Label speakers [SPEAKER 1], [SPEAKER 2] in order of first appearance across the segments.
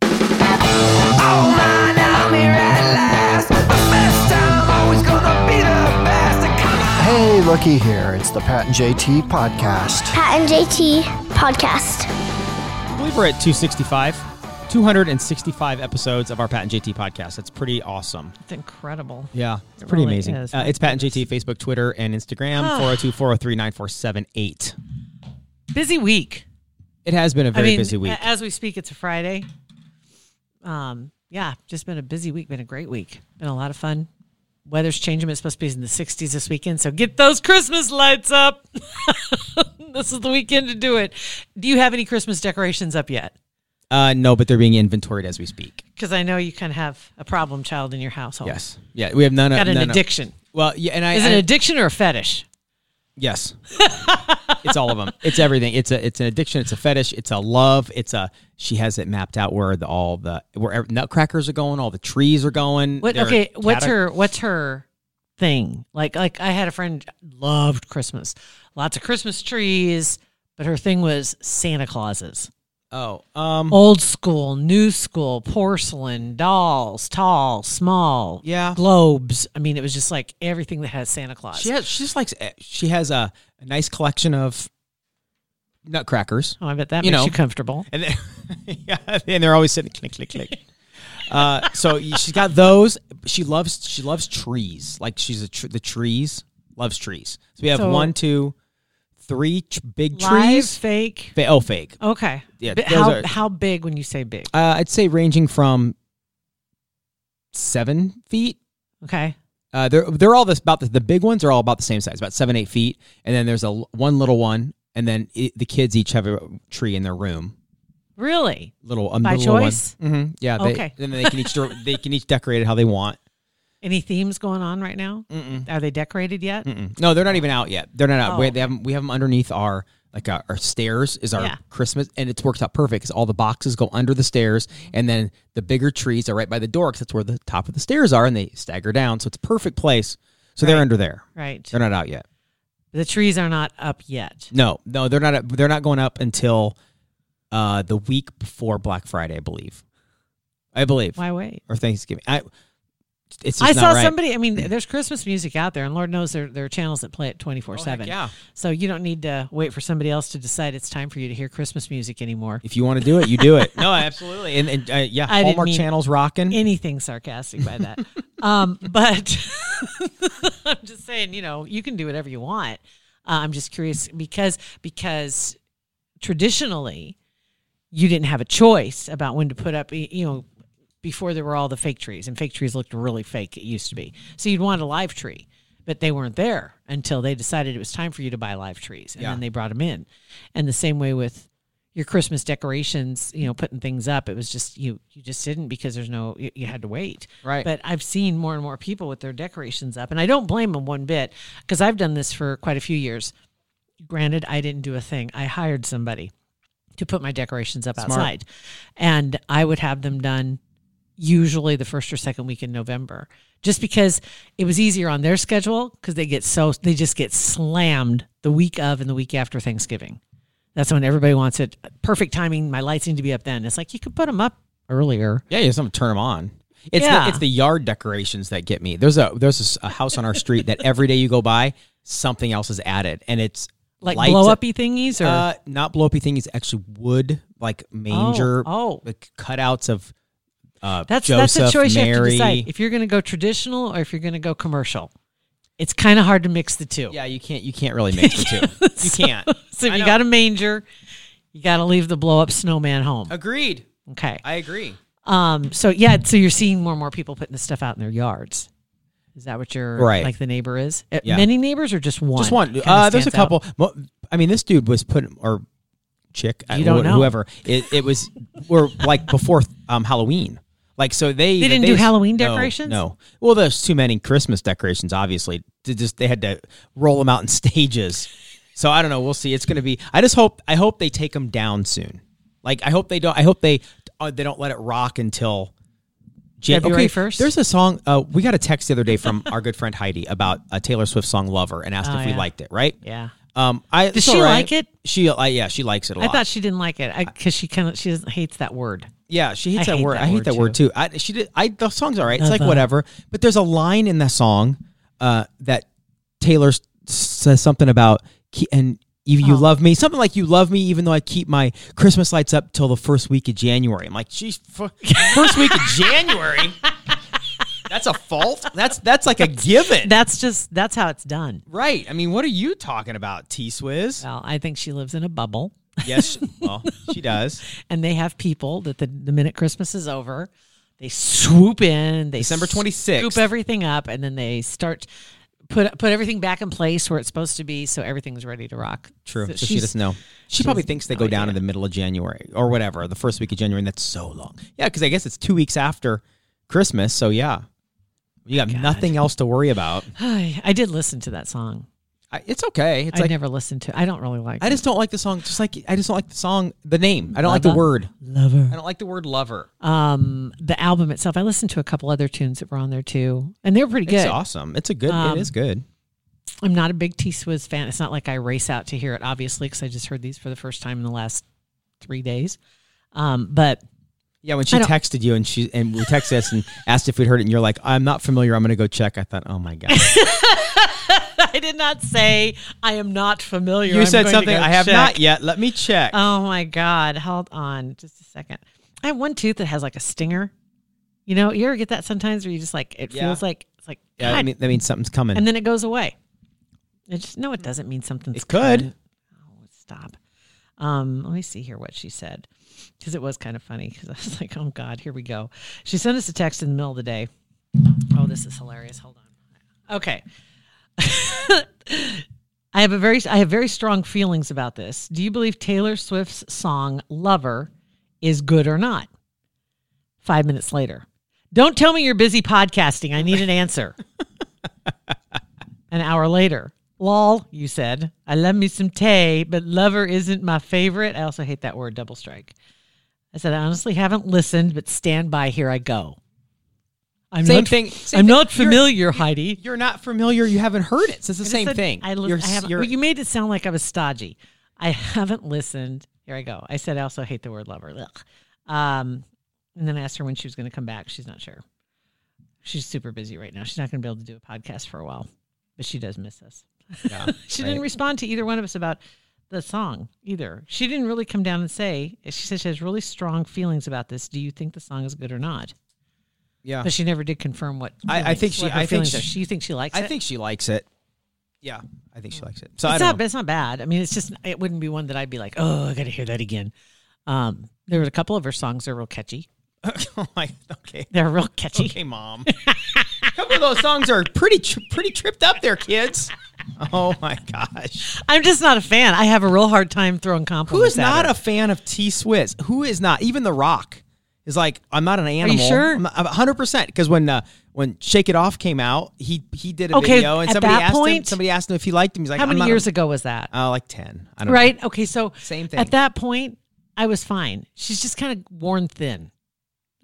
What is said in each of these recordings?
[SPEAKER 1] Oh man, I'm here at last. The best time, always gonna be the best. Come on.
[SPEAKER 2] Hey, looky here. It's the Pat and JT podcast.
[SPEAKER 3] Pat and JT podcast.
[SPEAKER 4] I believe we're at 265, 265 episodes of our Pat and JT podcast. That's pretty awesome.
[SPEAKER 5] It's incredible.
[SPEAKER 4] Yeah, it's
[SPEAKER 5] It
[SPEAKER 4] pretty
[SPEAKER 5] really
[SPEAKER 4] amazing.
[SPEAKER 5] is.
[SPEAKER 4] Uh, it's Pat and JT, Facebook, Twitter, and Instagram, 402 403 9478.
[SPEAKER 5] Busy week.
[SPEAKER 4] It has been a very
[SPEAKER 5] I mean, uh,
[SPEAKER 4] busy week.
[SPEAKER 5] a- As we speak, it's a Friday. Um, yeah, just been a busy week. Been a great week. Been a lot of fun. Weather's changing. It's supposed to be in the 60s this weekend. So get those Christmas lights up. this is the weekend to do it. Do you have any Christmas decorations up yet?
[SPEAKER 4] Uh, no, but they're being inventoried as we speak.
[SPEAKER 5] Because I know you kind of have a problem child in your household.
[SPEAKER 4] Yes. Yeah, we have none of
[SPEAKER 5] Got an
[SPEAKER 4] none of-
[SPEAKER 5] addiction.
[SPEAKER 4] Well, yeah, and I.
[SPEAKER 5] Is it
[SPEAKER 4] I-
[SPEAKER 5] an addiction or a fetish?
[SPEAKER 4] Yes. it's all of them. It's everything. It's a it's an addiction. It's a fetish. It's a love. It's a she has it mapped out where the all the where ev- nutcrackers are going, all the trees are going.
[SPEAKER 5] What
[SPEAKER 4] They're
[SPEAKER 5] okay, what's
[SPEAKER 4] cata-
[SPEAKER 5] her what's her thing? Like like I had a friend loved Christmas. Lots of Christmas trees, but her thing was Santa Clauses.
[SPEAKER 4] Oh, um,
[SPEAKER 5] Old school, new school, porcelain, dolls, tall, small,
[SPEAKER 4] Yeah.
[SPEAKER 5] globes. I mean, it was just like everything that has Santa Claus.
[SPEAKER 4] she has she just likes eh, she has a, a nice collection of nutcrackers,
[SPEAKER 5] Oh, I bet that
[SPEAKER 4] You
[SPEAKER 5] makes
[SPEAKER 4] know.
[SPEAKER 5] you comfortable.
[SPEAKER 4] and then, yeah, and they're always sitting click click click. Uh, so she's got those. She loves she loves trees. Like she's a tr- the trees loves trees. So we have
[SPEAKER 5] So-
[SPEAKER 4] one, two, three tr- big
[SPEAKER 5] Live,
[SPEAKER 4] trees.
[SPEAKER 5] fake.
[SPEAKER 4] Fa- oh, fake.
[SPEAKER 5] Okay.
[SPEAKER 4] Yeah,
[SPEAKER 5] But
[SPEAKER 4] those
[SPEAKER 5] how
[SPEAKER 4] are-
[SPEAKER 5] how big when you say big?
[SPEAKER 4] Uh, I'd say ranging from seven feet.
[SPEAKER 5] Okay.
[SPEAKER 4] Uh, they're they're all this about the, the big ones are all about the same size, about seven eight feet, and then there's a l- one little one, and then i the kids each have a tree in their room.
[SPEAKER 5] Really?
[SPEAKER 4] Little a
[SPEAKER 5] By
[SPEAKER 4] little one.
[SPEAKER 5] choice?
[SPEAKER 4] Mhm, yeah. They,
[SPEAKER 5] Okay.
[SPEAKER 4] And then they can each de- they can each decorate it how they want.
[SPEAKER 5] Any themes going on right now? Are they decorated yet?
[SPEAKER 4] Mm. No, they're not even out yet. They're not out.
[SPEAKER 5] Oh,
[SPEAKER 4] we, They haven't. We have them underneath our like our, our stairs is our
[SPEAKER 5] Yeah.
[SPEAKER 4] Christmas, and it's worked out perfect because all the boxes go under the stairs, and then the bigger trees are right by the door because that's where the top of the stairs are, and they stagger down. So it's a perfect place. So they're under there.
[SPEAKER 5] Right.
[SPEAKER 4] They're not out yet.
[SPEAKER 5] The trees are not up yet.
[SPEAKER 4] No, no, they're not. up- They're not going up until uh, the week before Black Friday, I believe. I believe
[SPEAKER 5] Why wait?
[SPEAKER 4] or Thanksgiving. I. It's just
[SPEAKER 5] I
[SPEAKER 4] not
[SPEAKER 5] saw
[SPEAKER 4] right.
[SPEAKER 5] somebody. I mean, there's Christmas music out there, and Lord knows there, there are channels that play it 24 7.
[SPEAKER 4] Oh, heck yeah.
[SPEAKER 5] So you don't need to wait for somebody else to decide it's time for you to hear Christmas music anymore.
[SPEAKER 4] If you want to do it, you do it. no, absolutely. And, and uh, yeah,
[SPEAKER 5] I didn't
[SPEAKER 4] Hallmark
[SPEAKER 5] mean
[SPEAKER 4] channels rocking.
[SPEAKER 5] Anything sarcastic by that. um, but I'm just saying, you know, you can do whatever you want. Uh, I'm just curious because because traditionally you didn't have a choice about when to put up, y- you know, before there were all the fake trees, and fake trees looked really fake. It used to be. So you'd want a live tree, but they weren't there until they decided it was time for you to buy live trees, and
[SPEAKER 4] Yeah.
[SPEAKER 5] then they brought them in. And the same way with your Christmas decorations, you know, putting things up, it was just you you just didn't because there's no you, you had to wait.
[SPEAKER 4] Right.
[SPEAKER 5] But I've seen more and more people with their decorations up, and I don't blame them one bit because I've done this for quite a few years. Granted, I didn't do a thing. I hired somebody to put my decorations up outside. And I would have them done usually the first or second week in November just because it was easier on their schedule because they get so, they just get slammed the week of and the week after Thanksgiving. That's when everybody wants it. Perfect timing. My lights need to be up then. It's like you could put them up earlier.
[SPEAKER 4] Yeah, you just have to turn them on. It's the,
[SPEAKER 5] Yeah.
[SPEAKER 4] it's the yard decorations that get me. There's a there's a s- a, house on our street that every day you go by, something else is added, and it's
[SPEAKER 5] Like
[SPEAKER 4] lights-
[SPEAKER 5] blow uppy thingies or
[SPEAKER 4] Uh, not blow uppy thing. It's actually wood, like manger,
[SPEAKER 5] oh.
[SPEAKER 4] like cutouts of. Uh,
[SPEAKER 5] that's
[SPEAKER 4] Joseph,
[SPEAKER 5] that's a choice
[SPEAKER 4] Mary.
[SPEAKER 5] you have to decide if you're going to go traditional or if you're going to go commercial. It's kind of hard to mix the two.
[SPEAKER 4] yeah, you can't you can't really mix the two. You can't.
[SPEAKER 5] So if
[SPEAKER 4] I
[SPEAKER 5] you
[SPEAKER 4] know.
[SPEAKER 5] got a manger, you got to leave the blow up snowman home.
[SPEAKER 4] Agreed.
[SPEAKER 5] Okay.
[SPEAKER 4] I agree.
[SPEAKER 5] Um. So yeah. So you're seeing more and more people putting this stuff out in their yards. Is that what your
[SPEAKER 4] Right.
[SPEAKER 5] like the neighbor is? Uh,
[SPEAKER 4] Yeah.
[SPEAKER 5] Many neighbors or just one?
[SPEAKER 4] Just one.
[SPEAKER 5] kinda
[SPEAKER 4] Uh, there's a
[SPEAKER 5] stands out?
[SPEAKER 4] couple. mo- I mean, this dude was put or chick, uh,
[SPEAKER 5] You don't
[SPEAKER 4] wh-
[SPEAKER 5] know.
[SPEAKER 4] whoever. It, it was or like before um, Halloween. Like so they
[SPEAKER 5] They didn't do Halloween decorations?
[SPEAKER 4] No, well there's too many Christmas decorations. Obviously, to just they had to roll them out in stages. So I don't know. We'll see. It's going to be. I just hope. I hope they take them down soon. Like I hope they don't. I hope they uh, they don't let it rock until Jan-
[SPEAKER 5] February
[SPEAKER 4] okay,
[SPEAKER 5] 1st?
[SPEAKER 4] There's a song. Uh, we got a text the other day from our good friend Heidi about a Taylor Swift song "Lover" and asked
[SPEAKER 5] Oh,
[SPEAKER 4] if we
[SPEAKER 5] yeah.
[SPEAKER 4] liked it. Right?
[SPEAKER 5] Yeah.
[SPEAKER 4] Um, I
[SPEAKER 5] Does
[SPEAKER 4] it's all
[SPEAKER 5] she
[SPEAKER 4] right.
[SPEAKER 5] like it?
[SPEAKER 4] She, uh, yeah, she likes it a
[SPEAKER 5] I
[SPEAKER 4] lot.
[SPEAKER 5] thought she didn't like it because she kind of she doesn't, hates that word.
[SPEAKER 4] yeah, she hates
[SPEAKER 5] I
[SPEAKER 4] that
[SPEAKER 5] hate
[SPEAKER 4] word.
[SPEAKER 5] that
[SPEAKER 4] I hate
[SPEAKER 5] word,
[SPEAKER 4] that word too. I, she did. I the song's all right. It's like
[SPEAKER 5] Lover.
[SPEAKER 4] whatever. But there's a line in the song uh, that Taylor s- says something about "Ke- and if
[SPEAKER 5] Oh.
[SPEAKER 4] you love me, something like you love me, even though I keep my Christmas lights up till the first week of January. I'm like, she's f- first week of January. That's a fault. That's that's like a given.
[SPEAKER 5] That's just that's how it's done.
[SPEAKER 4] right. I mean, what are you talking about, T Swizz?
[SPEAKER 5] Well, I think she lives in a bubble,
[SPEAKER 4] yes. she- Well, she does.
[SPEAKER 5] and they have people that the, the minute Christmas is over, they swoop in. They
[SPEAKER 4] December 26th.
[SPEAKER 5] scoop everything up, and then they start put put everything back in place where it's supposed to be, so everything's ready to rock.
[SPEAKER 4] True. So, she
[SPEAKER 5] she's-
[SPEAKER 4] doesn't know. She probably thinks they go down in the middle of January or whatever, the first week of January, and that's so long. Yeah, because I guess it's two weeks after Christmas. So yeah, you
[SPEAKER 5] Oh
[SPEAKER 4] got nothing else to worry about.
[SPEAKER 5] I, did listen to that song.
[SPEAKER 4] I, it's okay. It's
[SPEAKER 5] I
[SPEAKER 4] like
[SPEAKER 5] never listened to. I don't really like.
[SPEAKER 4] I just don't like the song. Just like I just don't like the song, the name. I don't like the
[SPEAKER 5] Lover? Mm-hmm.
[SPEAKER 4] word.
[SPEAKER 5] lover.
[SPEAKER 4] I don't like the word lover.
[SPEAKER 5] Um, the album itself. I listened to a couple other tunes that were on there too, and they're pretty
[SPEAKER 4] It's
[SPEAKER 5] good.
[SPEAKER 4] awesome. It's a good.
[SPEAKER 5] Um,
[SPEAKER 4] it is good.
[SPEAKER 5] I'm not a big T Swizz fan. It's not like I race out to hear it, obviously, because I just heard these for the first time in the last three days. Um, but
[SPEAKER 4] Yeah, when she
[SPEAKER 5] I don't-
[SPEAKER 4] texted you and she and we texted us and asked if we'd heard it, and you're like, "I'm not familiar. I'm going to go check." I thought, "Oh my god."
[SPEAKER 5] I did not say I am not familiar.
[SPEAKER 4] you
[SPEAKER 5] I'm
[SPEAKER 4] said
[SPEAKER 5] going to
[SPEAKER 4] something
[SPEAKER 5] go
[SPEAKER 4] I have
[SPEAKER 5] check.
[SPEAKER 4] not yet. Let me check.
[SPEAKER 5] Oh my God. Hold on just a second. I have one tooth that has like a stinger. You know, you ever get that sometimes where you just like, it
[SPEAKER 4] Yeah.
[SPEAKER 5] feels like, it's like,
[SPEAKER 4] yeah,
[SPEAKER 5] God,
[SPEAKER 4] that, mean, that means something's coming.
[SPEAKER 5] and then it goes away. It just, no, it doesn't mean something's
[SPEAKER 4] It could.
[SPEAKER 5] coming. Oh, stop. Um, let me see here what she said because it was kind of funny because I was like, oh God, here we go. She sent us a text in the middle of the day. Oh, this is hilarious. Hold on. Okay. I have a very I have very strong feelings about this. Do you believe Taylor Swift's song Lover is good or not? 5 minutes later. Don't tell me you're busy podcasting. I need an answer. An hour later. Lol, you said. I love me some Tay, but lover isn't my favorite. I also hate that word, double strike. I said, I honestly haven't listened, but stand by, here I go. I'm
[SPEAKER 4] Same
[SPEAKER 5] not,
[SPEAKER 4] thing- same
[SPEAKER 5] I'm
[SPEAKER 4] thing.
[SPEAKER 5] not
[SPEAKER 4] You're-
[SPEAKER 5] familiar, Heidi.
[SPEAKER 4] You're not familiar. You haven't heard it. So it's the
[SPEAKER 5] I just
[SPEAKER 4] same
[SPEAKER 5] said
[SPEAKER 4] thing.
[SPEAKER 5] I, lis-
[SPEAKER 4] You're-
[SPEAKER 5] I haven't,
[SPEAKER 4] you're-
[SPEAKER 5] well, you made it sound like I was stodgy. I haven't listened. Here I go. I said I also hate the word lover. Ugh. Um, and then I asked her when she was going to come back. She's not sure. She's super busy right now. She's not going to be able to do a podcast for a while, but she does miss us. she didn't
[SPEAKER 4] right.
[SPEAKER 5] respond to either one of us about the song either. She didn't really come down and say. She said she has really strong feelings about this. Do you think the song is good or not?
[SPEAKER 4] yeah.
[SPEAKER 5] But she never did confirm what.
[SPEAKER 4] I- I
[SPEAKER 5] feelings-
[SPEAKER 4] think she-
[SPEAKER 5] what her
[SPEAKER 4] I think
[SPEAKER 5] feelings are.
[SPEAKER 4] she-
[SPEAKER 5] you think she likes
[SPEAKER 4] I
[SPEAKER 5] it?
[SPEAKER 4] think she likes it. Yeah, I think she likes it. So I
[SPEAKER 5] it's
[SPEAKER 4] don't.
[SPEAKER 5] not,
[SPEAKER 4] know.
[SPEAKER 5] it's not bad. I mean, it's just it wouldn't be one that I'd be like, oh, I got to hear that again. Um, there were a couple of her songs that are real catchy.
[SPEAKER 4] I'm like, okay,
[SPEAKER 5] They're real catchy.
[SPEAKER 4] okay, mom. A couple of those songs are pretty, tri- pretty tripped up there, kids. Oh my gosh!
[SPEAKER 5] I'm just not a fan. I have a real hard time throwing
[SPEAKER 4] Who
[SPEAKER 5] compliments.
[SPEAKER 4] is not
[SPEAKER 5] at
[SPEAKER 4] a fan of T Swiss? Who is not? Even The Rock is like, I'm not an animal.
[SPEAKER 5] sure?
[SPEAKER 4] I'm not- I'm hundred percent. Because when uh, when Shake It Off came out, he he did a
[SPEAKER 5] Okay,
[SPEAKER 4] video, and
[SPEAKER 5] at
[SPEAKER 4] somebody
[SPEAKER 5] that
[SPEAKER 4] asked him.
[SPEAKER 5] point-
[SPEAKER 4] Somebody asked him if he liked him. He's like,
[SPEAKER 5] How
[SPEAKER 4] I'm
[SPEAKER 5] many
[SPEAKER 4] not
[SPEAKER 5] years
[SPEAKER 4] A,
[SPEAKER 5] ago was that?
[SPEAKER 4] uh, like ten. I don't know.
[SPEAKER 5] right. Okay. So
[SPEAKER 4] Same thing.
[SPEAKER 5] At that point, I was fine. She's just kind of worn thin.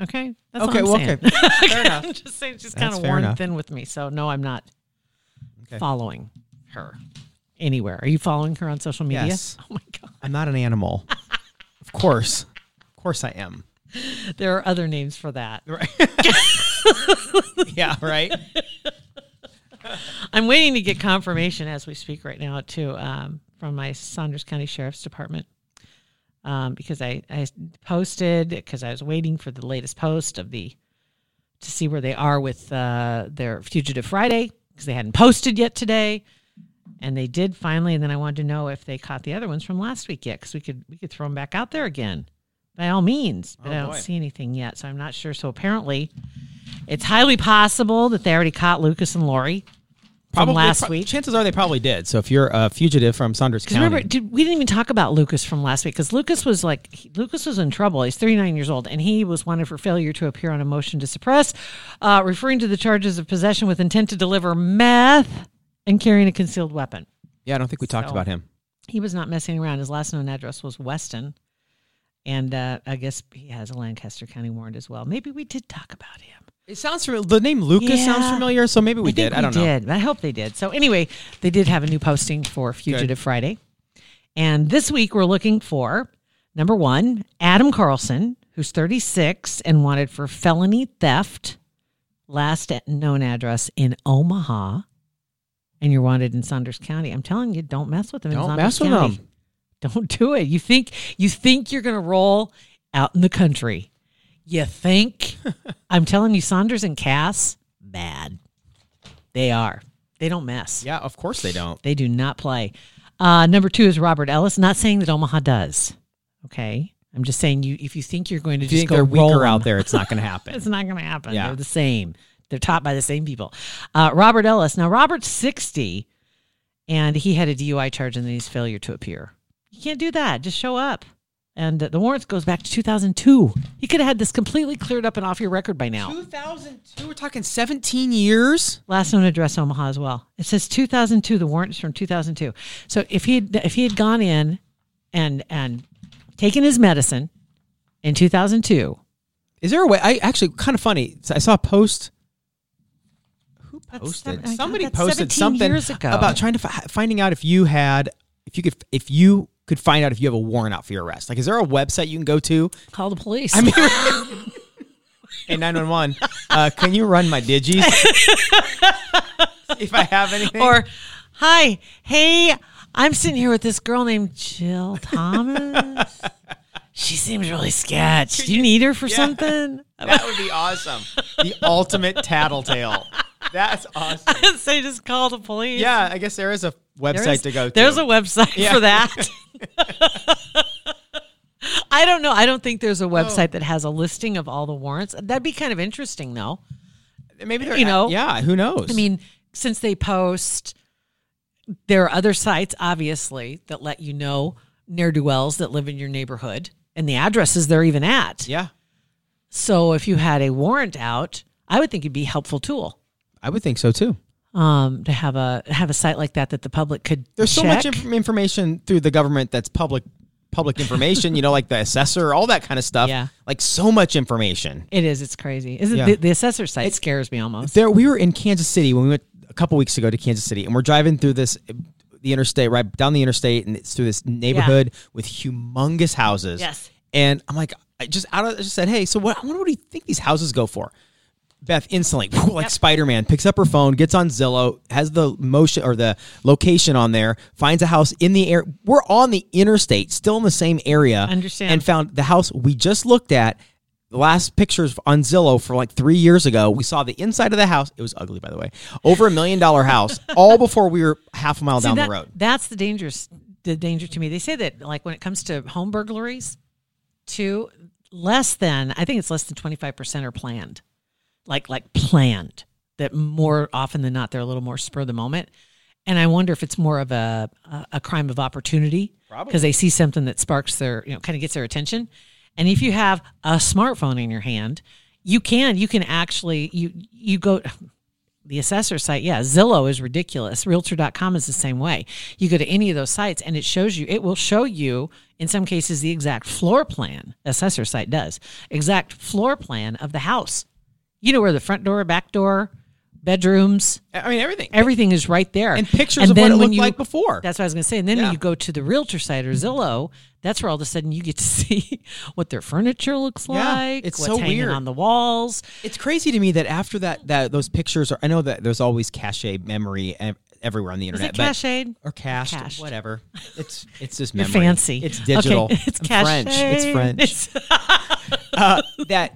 [SPEAKER 5] Okay. That's
[SPEAKER 4] Okay, well,
[SPEAKER 5] All I'm saying.
[SPEAKER 4] okay. Fair enough.
[SPEAKER 5] I'm just saying she's
[SPEAKER 4] That's
[SPEAKER 5] kind of
[SPEAKER 4] fair
[SPEAKER 5] worn
[SPEAKER 4] enough.
[SPEAKER 5] thin with me. So no, I'm not
[SPEAKER 4] Okay.
[SPEAKER 5] following her anywhere. Are you following her on social media?
[SPEAKER 4] Yes.
[SPEAKER 5] Oh my god.
[SPEAKER 4] I'm not an animal. of course. Of course I am.
[SPEAKER 5] There are other names for that.
[SPEAKER 4] Yeah, right?
[SPEAKER 5] I'm waiting to get confirmation as we speak right now, too, um, from my Saunders County Sheriff's Department. Um, because I, I posted, because I was waiting for the latest post of the, to see where they are with uh, their Fugitive Friday, because they hadn't posted yet today. And they did finally. And then I wanted to know if they caught the other ones from last week yet, because we could, we could throw them back out there again by all means. But I don't
[SPEAKER 4] boy.
[SPEAKER 5] see anything yet. So I'm not sure. So apparently, it's highly possible that they already caught Lucas and Lori from last
[SPEAKER 4] pro-
[SPEAKER 5] week.
[SPEAKER 4] Chances are they probably did. So if you're a fugitive from Saunders
[SPEAKER 5] Because
[SPEAKER 4] County,
[SPEAKER 5] remember, did, we didn't even talk about Lucas from last week because Lucas was like, he- Lucas was in trouble. He's 39 years old and he was wanted for failure to appear on a motion to suppress, uh, referring to the charges of possession with intent to deliver meth and carrying a concealed weapon.
[SPEAKER 4] yeah, I don't think we talked
[SPEAKER 5] So-
[SPEAKER 4] about him.
[SPEAKER 5] He was not messing around. His last known address was Weston. And uh, I guess he has a Lancaster County warrant as well. Maybe we did talk about him.
[SPEAKER 4] It sounds familiar. The name Lucas
[SPEAKER 5] Yeah.
[SPEAKER 4] sounds familiar, so maybe we
[SPEAKER 5] think
[SPEAKER 4] did. I don't
[SPEAKER 5] we
[SPEAKER 4] know.
[SPEAKER 5] did. I hope they did. So anyway, they did have a new posting for Fugitive Friday, and this week we're looking for number one, Adam Carlson, who's 36 and wanted for felony theft, last known address in Omaha, and you're wanted in Saunders County. I'm telling you, don't mess with them. in
[SPEAKER 4] Don't
[SPEAKER 5] Saunders
[SPEAKER 4] mess with
[SPEAKER 5] County.
[SPEAKER 4] them.
[SPEAKER 5] Don't do it. You think you think you're going to roll out in the country. You think? I'm telling you, Saunders and Cass, bad. They are. They don't mess.
[SPEAKER 4] Yeah, of course they don't.
[SPEAKER 5] They do not play. Uh, number two is Robert Ellis. Not saying that Omaha does. Okay. I'm just saying you if you think you're going to
[SPEAKER 4] If you
[SPEAKER 5] just
[SPEAKER 4] think
[SPEAKER 5] go
[SPEAKER 4] they're
[SPEAKER 5] roll
[SPEAKER 4] weaker
[SPEAKER 5] 'em,
[SPEAKER 4] out there, it's not going to happen.
[SPEAKER 5] it's not going to happen.
[SPEAKER 4] Yeah.
[SPEAKER 5] They're the same. They're taught by the same people. Uh, Robert Ellis. Now, Robert's 60, and he had a DUI charge and then he's failure to appear. You can't do that. Just show up. And uh, the warrants goes back to 2002. He could have had this completely cleared up and off your record by now.
[SPEAKER 4] 2002. We're talking 17 years.
[SPEAKER 5] Last known address Omaha as well. It says 2002. The warrant is from 2002. So if he had, if he had gone in and and taken his medicine in 2002,
[SPEAKER 4] Is there a way? I actually kind of funny. I saw a post. Who
[SPEAKER 5] That's
[SPEAKER 4] posted?
[SPEAKER 5] seven- oh my God,
[SPEAKER 4] Somebody
[SPEAKER 5] that's
[SPEAKER 4] posted
[SPEAKER 5] 17
[SPEAKER 4] something
[SPEAKER 5] years ago.
[SPEAKER 4] about trying to fi- finding out if you had, if you could, if you could find out if you have a warrant out for your arrest. Like, is there a website you can go to?
[SPEAKER 5] call the police.
[SPEAKER 4] I mean, hey, nine one one. Uh, Can you run my digis? See if I have anything.
[SPEAKER 5] or hi hey i'm sitting here with this girl named jill thomas she seems really sketched you need her for something
[SPEAKER 4] that would be awesome. The ultimate tattletale. That's awesome.
[SPEAKER 5] so you just call the police
[SPEAKER 4] Yeah, I guess there is a website
[SPEAKER 5] there's,
[SPEAKER 4] to go to.
[SPEAKER 5] there's a website
[SPEAKER 4] Yeah.
[SPEAKER 5] for that i don't know i don't think
[SPEAKER 4] Oh.
[SPEAKER 5] there's a website that has a listing of all the warrants that'd be kind of interesting though
[SPEAKER 4] maybe there,
[SPEAKER 5] you know.
[SPEAKER 4] Yeah, who knows?
[SPEAKER 5] I mean, since they post, there are other sites, obviously, that let you know ne'er do wells that live in your neighborhood and the addresses they're even at.
[SPEAKER 4] yeah,
[SPEAKER 5] So if you had a warrant out, I would think it'd be a helpful tool
[SPEAKER 4] I would think so too.
[SPEAKER 5] um, to have a have a site like that that the public could.
[SPEAKER 4] There's so much
[SPEAKER 5] check.
[SPEAKER 4] inf- information through the government that's public public information. you know, like the assessor, all that kind of stuff.
[SPEAKER 5] Yeah.
[SPEAKER 4] like so much information.
[SPEAKER 5] It is. It's crazy. Isn't
[SPEAKER 4] Yeah.
[SPEAKER 5] the, the assessor site scares me almost?
[SPEAKER 4] There, we were in Kansas City when we went a couple weeks ago to Kansas City, and we're driving through this the interstate, right down the interstate, and it's through this neighborhood with humongous houses.
[SPEAKER 5] Yes.
[SPEAKER 4] and I'm like, I just out of, I just said, hey, so what? I wonder what do you think these houses go for? Beth instantly, like Spider Man, picks up her phone, gets on Zillow, has the motion or the location on there, finds a house in the air. We're on the interstate, still in the same area.
[SPEAKER 5] Understand.
[SPEAKER 4] And found the house we just looked at. The last pictures on Zillow for like three years ago. We saw the inside of the house. It was ugly, by the way. Over a million dollar house, all before we were half a mile
[SPEAKER 5] See,
[SPEAKER 4] down
[SPEAKER 5] that-
[SPEAKER 4] the road.
[SPEAKER 5] That's the dangerous the danger to me. They say that like when it comes to home burglaries, to less than I think it's less than twenty five percent are planned. Like like planned. That more often than not they're a little more spur of the moment. And I wonder if it's more of a a, a crime of opportunity because they see something that sparks their you know kind of gets their attention. And if you have a smartphone in your hand, you can you can actually you you go the assessor site, yeah, Zillow is ridiculous. Realtor.com is the same way. You go to any of those sites and it shows you, it will show you, in some cases, the exact floor plan, assessor site does, exact floor plan of the house. You know where the front door, back door, bedrooms,
[SPEAKER 4] I mean, everything.
[SPEAKER 5] everything is right there.
[SPEAKER 4] And pictures of what it
[SPEAKER 5] when
[SPEAKER 4] looked like before.
[SPEAKER 5] That's what I was going to say. And then
[SPEAKER 4] Yeah.
[SPEAKER 5] when you go to the Realtor site or Zillow, that's where all of a sudden you get to see what their furniture looks
[SPEAKER 4] Yeah,
[SPEAKER 5] like,
[SPEAKER 4] it's
[SPEAKER 5] what's
[SPEAKER 4] so
[SPEAKER 5] hanging
[SPEAKER 4] weird.
[SPEAKER 5] on the walls.
[SPEAKER 4] It's crazy to me that after that, that those pictures are. I know that there's always cache memory ev- everywhere on the
[SPEAKER 5] Is
[SPEAKER 4] internet,
[SPEAKER 5] it
[SPEAKER 4] but-
[SPEAKER 5] cached?
[SPEAKER 4] or cached,
[SPEAKER 5] Cached.
[SPEAKER 4] whatever. It's it's just
[SPEAKER 5] You're
[SPEAKER 4] memory.
[SPEAKER 5] fancy.
[SPEAKER 4] It's digital.
[SPEAKER 5] Okay, it's
[SPEAKER 4] I'm
[SPEAKER 5] cached.
[SPEAKER 4] French. It's French. uh, that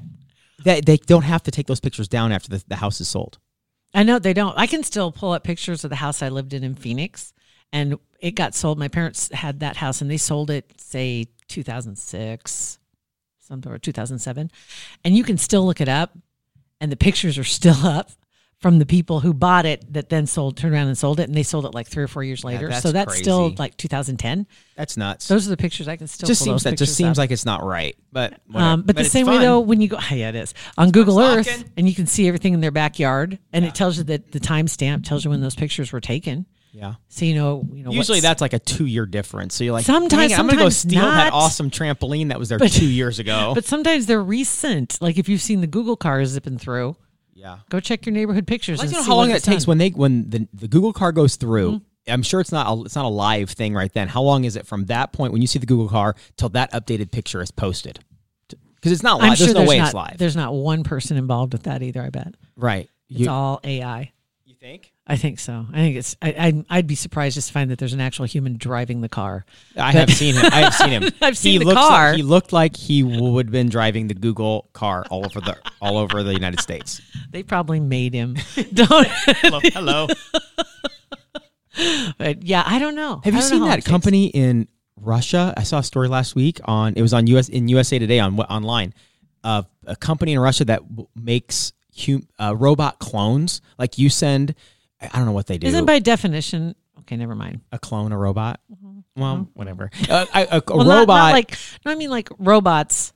[SPEAKER 4] that they don't have to take those pictures down after the, the house is sold.
[SPEAKER 5] I know they don't. I can still pull up pictures of the house I lived in in Phoenix, and it got sold. My parents had that house, and they sold it, say, 2006, something or 2007, and you can still look it up, and the pictures are still up from the people who bought it that then sold, turned around and sold it, and they sold it like three or four years later.
[SPEAKER 4] that's
[SPEAKER 5] so that's still
[SPEAKER 4] crazy.
[SPEAKER 5] like 2010.
[SPEAKER 4] That's nuts.
[SPEAKER 5] Those are the pictures I can still.
[SPEAKER 4] just
[SPEAKER 5] pull
[SPEAKER 4] seems
[SPEAKER 5] those
[SPEAKER 4] that just
[SPEAKER 5] pictures
[SPEAKER 4] seems
[SPEAKER 5] up.
[SPEAKER 4] like it's not right. But whatever.
[SPEAKER 5] Um, but, the
[SPEAKER 4] it's
[SPEAKER 5] same way
[SPEAKER 4] fun.
[SPEAKER 5] though, when you go, yeah, it is on Google Earth,
[SPEAKER 4] talking.
[SPEAKER 5] and you can see everything in their backyard, and it tells you that the timestamp tells you when those pictures were taken,
[SPEAKER 4] yeah.
[SPEAKER 5] so you know, you know.
[SPEAKER 4] Usually
[SPEAKER 5] what's-
[SPEAKER 4] that's like a two year difference. So you're like, "Dang
[SPEAKER 5] Sometimes-
[SPEAKER 4] it, I'm gonna go
[SPEAKER 5] sometimes
[SPEAKER 4] steal that
[SPEAKER 5] not.
[SPEAKER 4] awesome trampoline that was there two years ago.
[SPEAKER 5] But sometimes they're recent. Like if you've seen the Google car zipping through,
[SPEAKER 4] yeah.
[SPEAKER 5] go check your neighborhood pictures.
[SPEAKER 4] I'd like
[SPEAKER 5] and
[SPEAKER 4] to know
[SPEAKER 5] see
[SPEAKER 4] how long
[SPEAKER 5] when
[SPEAKER 4] that
[SPEAKER 5] it's
[SPEAKER 4] takes
[SPEAKER 5] done.
[SPEAKER 4] when they when the, the Google car goes through.
[SPEAKER 5] Mm-hmm.
[SPEAKER 4] I'm sure it's not a, it's not a live thing right then. How long is it from that point when you see the Google car till that updated picture is posted? Because it's not live.
[SPEAKER 5] I'm sure
[SPEAKER 4] there's no way
[SPEAKER 5] not,
[SPEAKER 4] it's live.
[SPEAKER 5] There's not one person involved with that either. I bet
[SPEAKER 4] Right.
[SPEAKER 5] it's
[SPEAKER 4] You,
[SPEAKER 5] all AI.
[SPEAKER 4] you think?
[SPEAKER 5] I think so. I think it's. I, I, I'd be surprised just to find that there's an actual human driving the car.
[SPEAKER 4] I have seen him. I have seen him.
[SPEAKER 5] I've seen the
[SPEAKER 4] looks
[SPEAKER 5] car.
[SPEAKER 4] Like, he looked like he would have been driving the Google car all over the all over the United States.
[SPEAKER 5] They probably made him. Don't.
[SPEAKER 4] Hello. hello.
[SPEAKER 5] but yeah, I don't know.
[SPEAKER 4] Have
[SPEAKER 5] I
[SPEAKER 4] you
[SPEAKER 5] don't
[SPEAKER 4] seen
[SPEAKER 5] know how
[SPEAKER 4] that
[SPEAKER 5] it takes.
[SPEAKER 4] company in Russia? I saw a story last week on it was on US in USA Today on online of a company in Russia that w- makes hum, uh, robot clones. Like you send, I I don't know what they do.
[SPEAKER 5] Isn't by definition. Okay, never mind.
[SPEAKER 4] a clone a robot? Well, whatever. Uh, I- a, a
[SPEAKER 5] Mm-hmm. Well, not-
[SPEAKER 4] robot.
[SPEAKER 5] not, like no, I mean like robots.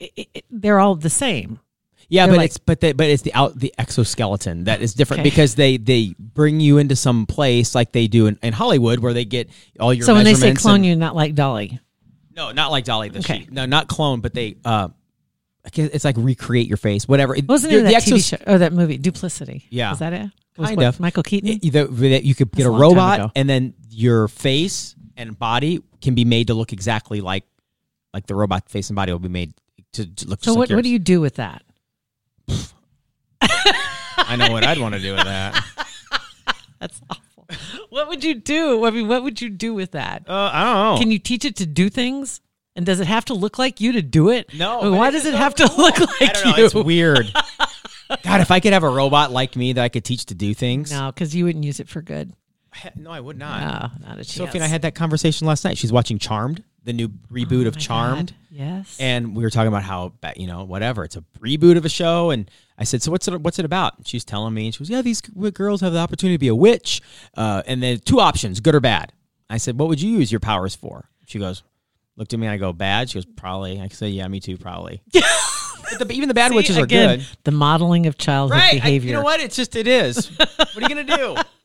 [SPEAKER 5] i i i- they're all the same.
[SPEAKER 4] Yeah,
[SPEAKER 5] They're
[SPEAKER 4] but
[SPEAKER 5] like-
[SPEAKER 4] it's but they, but it's the out the exoskeleton that is different
[SPEAKER 5] Okay.
[SPEAKER 4] because they they bring you into some place like they do in, in Hollywood where they get all your.
[SPEAKER 5] so when they say
[SPEAKER 4] measurements
[SPEAKER 5] clone
[SPEAKER 4] and-
[SPEAKER 5] you, not like Dolly.
[SPEAKER 4] no, not like Dolly the
[SPEAKER 5] Okay.
[SPEAKER 4] sheep. No, not clone, but they. uh I guess It's like recreate your face, whatever. It-
[SPEAKER 5] Wasn't
[SPEAKER 4] your-
[SPEAKER 5] it that
[SPEAKER 4] the
[SPEAKER 5] TV
[SPEAKER 4] exos-
[SPEAKER 5] show or that movie Duplicity?
[SPEAKER 4] Yeah.
[SPEAKER 5] is that it? Was
[SPEAKER 4] Kind
[SPEAKER 5] what,
[SPEAKER 4] of.
[SPEAKER 5] Michael Keaton.
[SPEAKER 4] it- either that you could get
[SPEAKER 5] That's
[SPEAKER 4] a
[SPEAKER 5] a long time
[SPEAKER 4] robot,
[SPEAKER 5] ago.
[SPEAKER 4] and then your face and body can be made to look exactly like, like the robot face and body will be made to, to look.
[SPEAKER 5] so
[SPEAKER 4] just
[SPEAKER 5] what,
[SPEAKER 4] like
[SPEAKER 5] what do
[SPEAKER 4] yours.
[SPEAKER 5] you do with that?
[SPEAKER 4] I know what I'd want to do with that.
[SPEAKER 5] That's awful. what would you do? I mean, what would you do with that?
[SPEAKER 4] Uh, I don't know.
[SPEAKER 5] Can you teach it to do things? And does it have to look like you to do it?
[SPEAKER 4] No,
[SPEAKER 5] I mean,
[SPEAKER 4] but
[SPEAKER 5] Why
[SPEAKER 4] it's
[SPEAKER 5] does it
[SPEAKER 4] just
[SPEAKER 5] have to
[SPEAKER 4] so
[SPEAKER 5] look
[SPEAKER 4] I
[SPEAKER 5] like
[SPEAKER 4] don't know.
[SPEAKER 5] you?
[SPEAKER 4] It's weird. God, if I could have a robot like me that I could teach to do things.
[SPEAKER 5] No, because you wouldn't use it for good.
[SPEAKER 4] no I would not.
[SPEAKER 5] No, not a chance.
[SPEAKER 4] Sophie and I had that conversation last night. She's watching Charmed, the new reboot of
[SPEAKER 5] Oh My
[SPEAKER 4] Charmed.
[SPEAKER 5] God, Yes.
[SPEAKER 4] And we were talking about how, ba- you know, whatever. It's a reboot of a show. And I said, So what's it, what's it about? And she's telling me, and she was, Yeah, these g- girls have the opportunity to be a witch. Uh, and then two options, good or bad. I said, What would you use your powers for? She goes, Looked at me and I go, Bad. She goes, Probably. I said, Yeah, me too, probably. but the, even the bad
[SPEAKER 5] See,
[SPEAKER 4] witches are
[SPEAKER 5] again,
[SPEAKER 4] good.
[SPEAKER 5] The modeling of childhood
[SPEAKER 4] Right. I-
[SPEAKER 5] behavior.
[SPEAKER 4] you know what? It's just, it is. what are you going to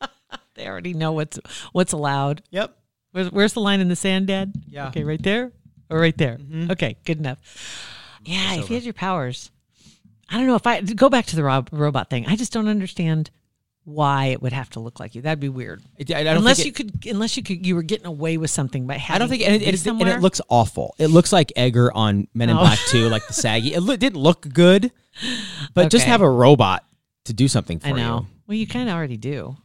[SPEAKER 4] do?
[SPEAKER 5] They already know what's what's allowed.
[SPEAKER 4] Yep.
[SPEAKER 5] Where's, where's the line in the sand, Dad?
[SPEAKER 4] Yeah. Mm-hmm.
[SPEAKER 5] Okay, right there or right there. Okay, good enough. Yeah, if you had your powers, I don't know if I go back to the rob, robot thing. I just don't understand why it would have to look like you. That'd be weird.
[SPEAKER 4] It- I- I don't
[SPEAKER 5] Unless
[SPEAKER 4] think
[SPEAKER 5] you
[SPEAKER 4] it-
[SPEAKER 5] could, unless you could, you were getting away with something by having.
[SPEAKER 4] I don't think, and it,
[SPEAKER 5] be
[SPEAKER 4] and it- and
[SPEAKER 5] somewhere. Oh.
[SPEAKER 4] it looks awful. It looks like Edgar on Men in
[SPEAKER 5] No.
[SPEAKER 4] Black 2, like the saggy. It lo- didn't look good, but just
[SPEAKER 5] Okay.
[SPEAKER 4] have a robot to do something for
[SPEAKER 5] I know.
[SPEAKER 4] you.
[SPEAKER 5] Well, you kind of already do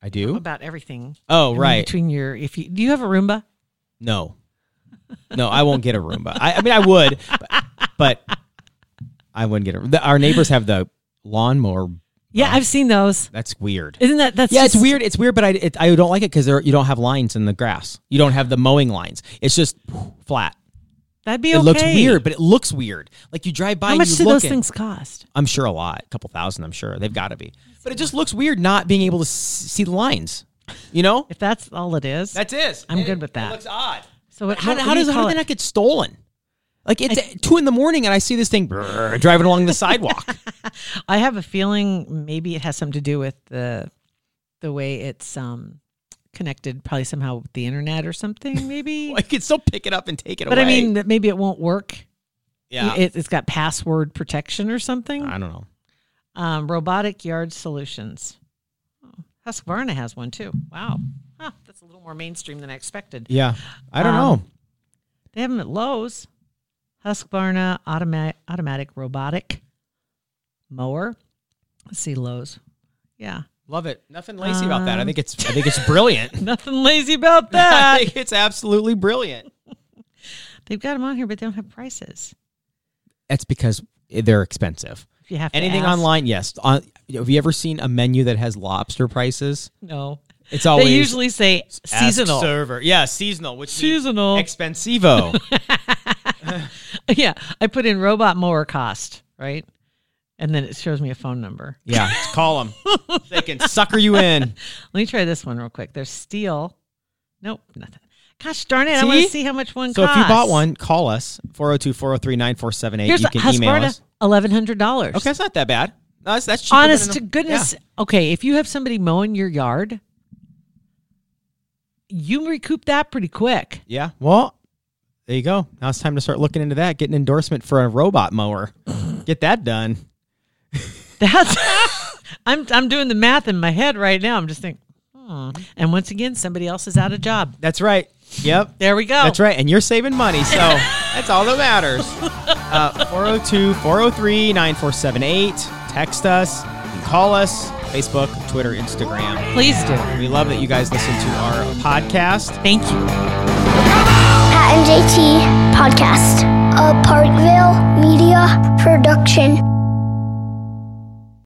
[SPEAKER 4] I do.
[SPEAKER 5] about everything. I
[SPEAKER 4] Oh,
[SPEAKER 5] mean,
[SPEAKER 4] right.
[SPEAKER 5] between your, if you do, you have a Roomba.
[SPEAKER 4] No, no, I won't get a Roomba. I, I mean, I would, but, but I wouldn't get a. The, our neighbors have the lawnmower.
[SPEAKER 5] Yeah, I've seen those.
[SPEAKER 4] That's weird.
[SPEAKER 5] Isn't that that's
[SPEAKER 4] yeah, it's
[SPEAKER 5] just-
[SPEAKER 4] weird. It's weird, but I it, I don't like it because you don't have lines in the grass. You don't have the mowing lines. It's just flat.
[SPEAKER 5] That'd be
[SPEAKER 4] It
[SPEAKER 5] okay.
[SPEAKER 4] looks weird, but it looks weird. Like you drive by,
[SPEAKER 5] How
[SPEAKER 4] and
[SPEAKER 5] much
[SPEAKER 4] you
[SPEAKER 5] do
[SPEAKER 4] look
[SPEAKER 5] those
[SPEAKER 4] and-
[SPEAKER 5] things cost?
[SPEAKER 4] I'm sure a lot, a couple thousand. I'm sure they've got to be. But it just looks weird not being able to s- see the lines. You know,
[SPEAKER 5] If that's all it is,
[SPEAKER 4] it.
[SPEAKER 5] I'm good with that.
[SPEAKER 4] odd.
[SPEAKER 5] so what,
[SPEAKER 4] How,
[SPEAKER 5] what-
[SPEAKER 4] how
[SPEAKER 5] what do you
[SPEAKER 4] does how
[SPEAKER 5] call
[SPEAKER 4] did
[SPEAKER 5] it?
[SPEAKER 4] that get stolen? Like it's at two in the morning, and I see this thing brrr, driving along the sidewalk.
[SPEAKER 5] I have a feeling maybe it has something to do with the the way it's um connected, probably somehow with the internet or something, maybe.
[SPEAKER 4] I could still pick it up and take it
[SPEAKER 5] but
[SPEAKER 4] away.
[SPEAKER 5] I mean, that maybe it won't work.
[SPEAKER 4] yeah,
[SPEAKER 5] It, it's got password protection or something.
[SPEAKER 4] I don't know.
[SPEAKER 5] Um, robotic yard solutions. Oh, Husqvarna has one too. Wow, huh, that's a little more mainstream than I expected.
[SPEAKER 4] Yeah, I don't
[SPEAKER 5] Um,
[SPEAKER 4] know.
[SPEAKER 5] They have them at Lowe's. Husqvarna automatic automatic robotic mower. Let's see Lowe's. Yeah,
[SPEAKER 4] Love it. Nothing lazy about
[SPEAKER 5] um,
[SPEAKER 4] that. I think it's I think it's brilliant.
[SPEAKER 5] nothing lazy about
[SPEAKER 4] I
[SPEAKER 5] that.
[SPEAKER 4] think it's absolutely brilliant.
[SPEAKER 5] They've got them on here, but they don't have prices.
[SPEAKER 4] That's because they're expensive.
[SPEAKER 5] If you have to
[SPEAKER 4] Anything
[SPEAKER 5] ask.
[SPEAKER 4] online, yes. On, have you ever seen a menu that has lobster prices?
[SPEAKER 5] No,
[SPEAKER 4] It's always
[SPEAKER 5] they usually say
[SPEAKER 4] ask
[SPEAKER 5] seasonal.
[SPEAKER 4] server. Yeah, seasonal, which
[SPEAKER 5] Seasonal.
[SPEAKER 4] means expensivo.
[SPEAKER 5] yeah, I put in robot mower cost, right? and then it shows me a phone number.
[SPEAKER 4] Yeah, just call them. they can sucker you in.
[SPEAKER 5] Let me try this one real quick. There's steel. Nope, nothing. Gosh darn it! I want
[SPEAKER 4] See?
[SPEAKER 5] to see how much one
[SPEAKER 4] So
[SPEAKER 5] costs.
[SPEAKER 4] if you bought one, call us 402 403 9478.
[SPEAKER 5] here's
[SPEAKER 4] You
[SPEAKER 5] a
[SPEAKER 4] can email us.
[SPEAKER 5] eleven hundred dollars.
[SPEAKER 4] Okay, it's not that bad. No, That's, that's cheaper than
[SPEAKER 5] honest
[SPEAKER 4] a-
[SPEAKER 5] to goodness.
[SPEAKER 4] yeah.
[SPEAKER 5] Okay, if you have somebody mowing your yard, you recoup that pretty quick.
[SPEAKER 4] Yeah. Well, there you go. Now it's time to start looking into that. Get an endorsement for a robot mower. Get that done.
[SPEAKER 5] That's I'm I'm doing the math in my head right now. I'm just thinking, hmm. and once again, somebody else is out of job.
[SPEAKER 4] That's right. Yep.
[SPEAKER 5] There we go.
[SPEAKER 4] That's right. And you're saving money. So that's all that matters. Uh, 402 403 9478. Text us. You can call us. Facebook, Twitter, Instagram.
[SPEAKER 5] Please do.
[SPEAKER 4] We love that you guys listen to our podcast.
[SPEAKER 5] Thank you.
[SPEAKER 3] Pat and JT Podcast, a Parkville Media Production.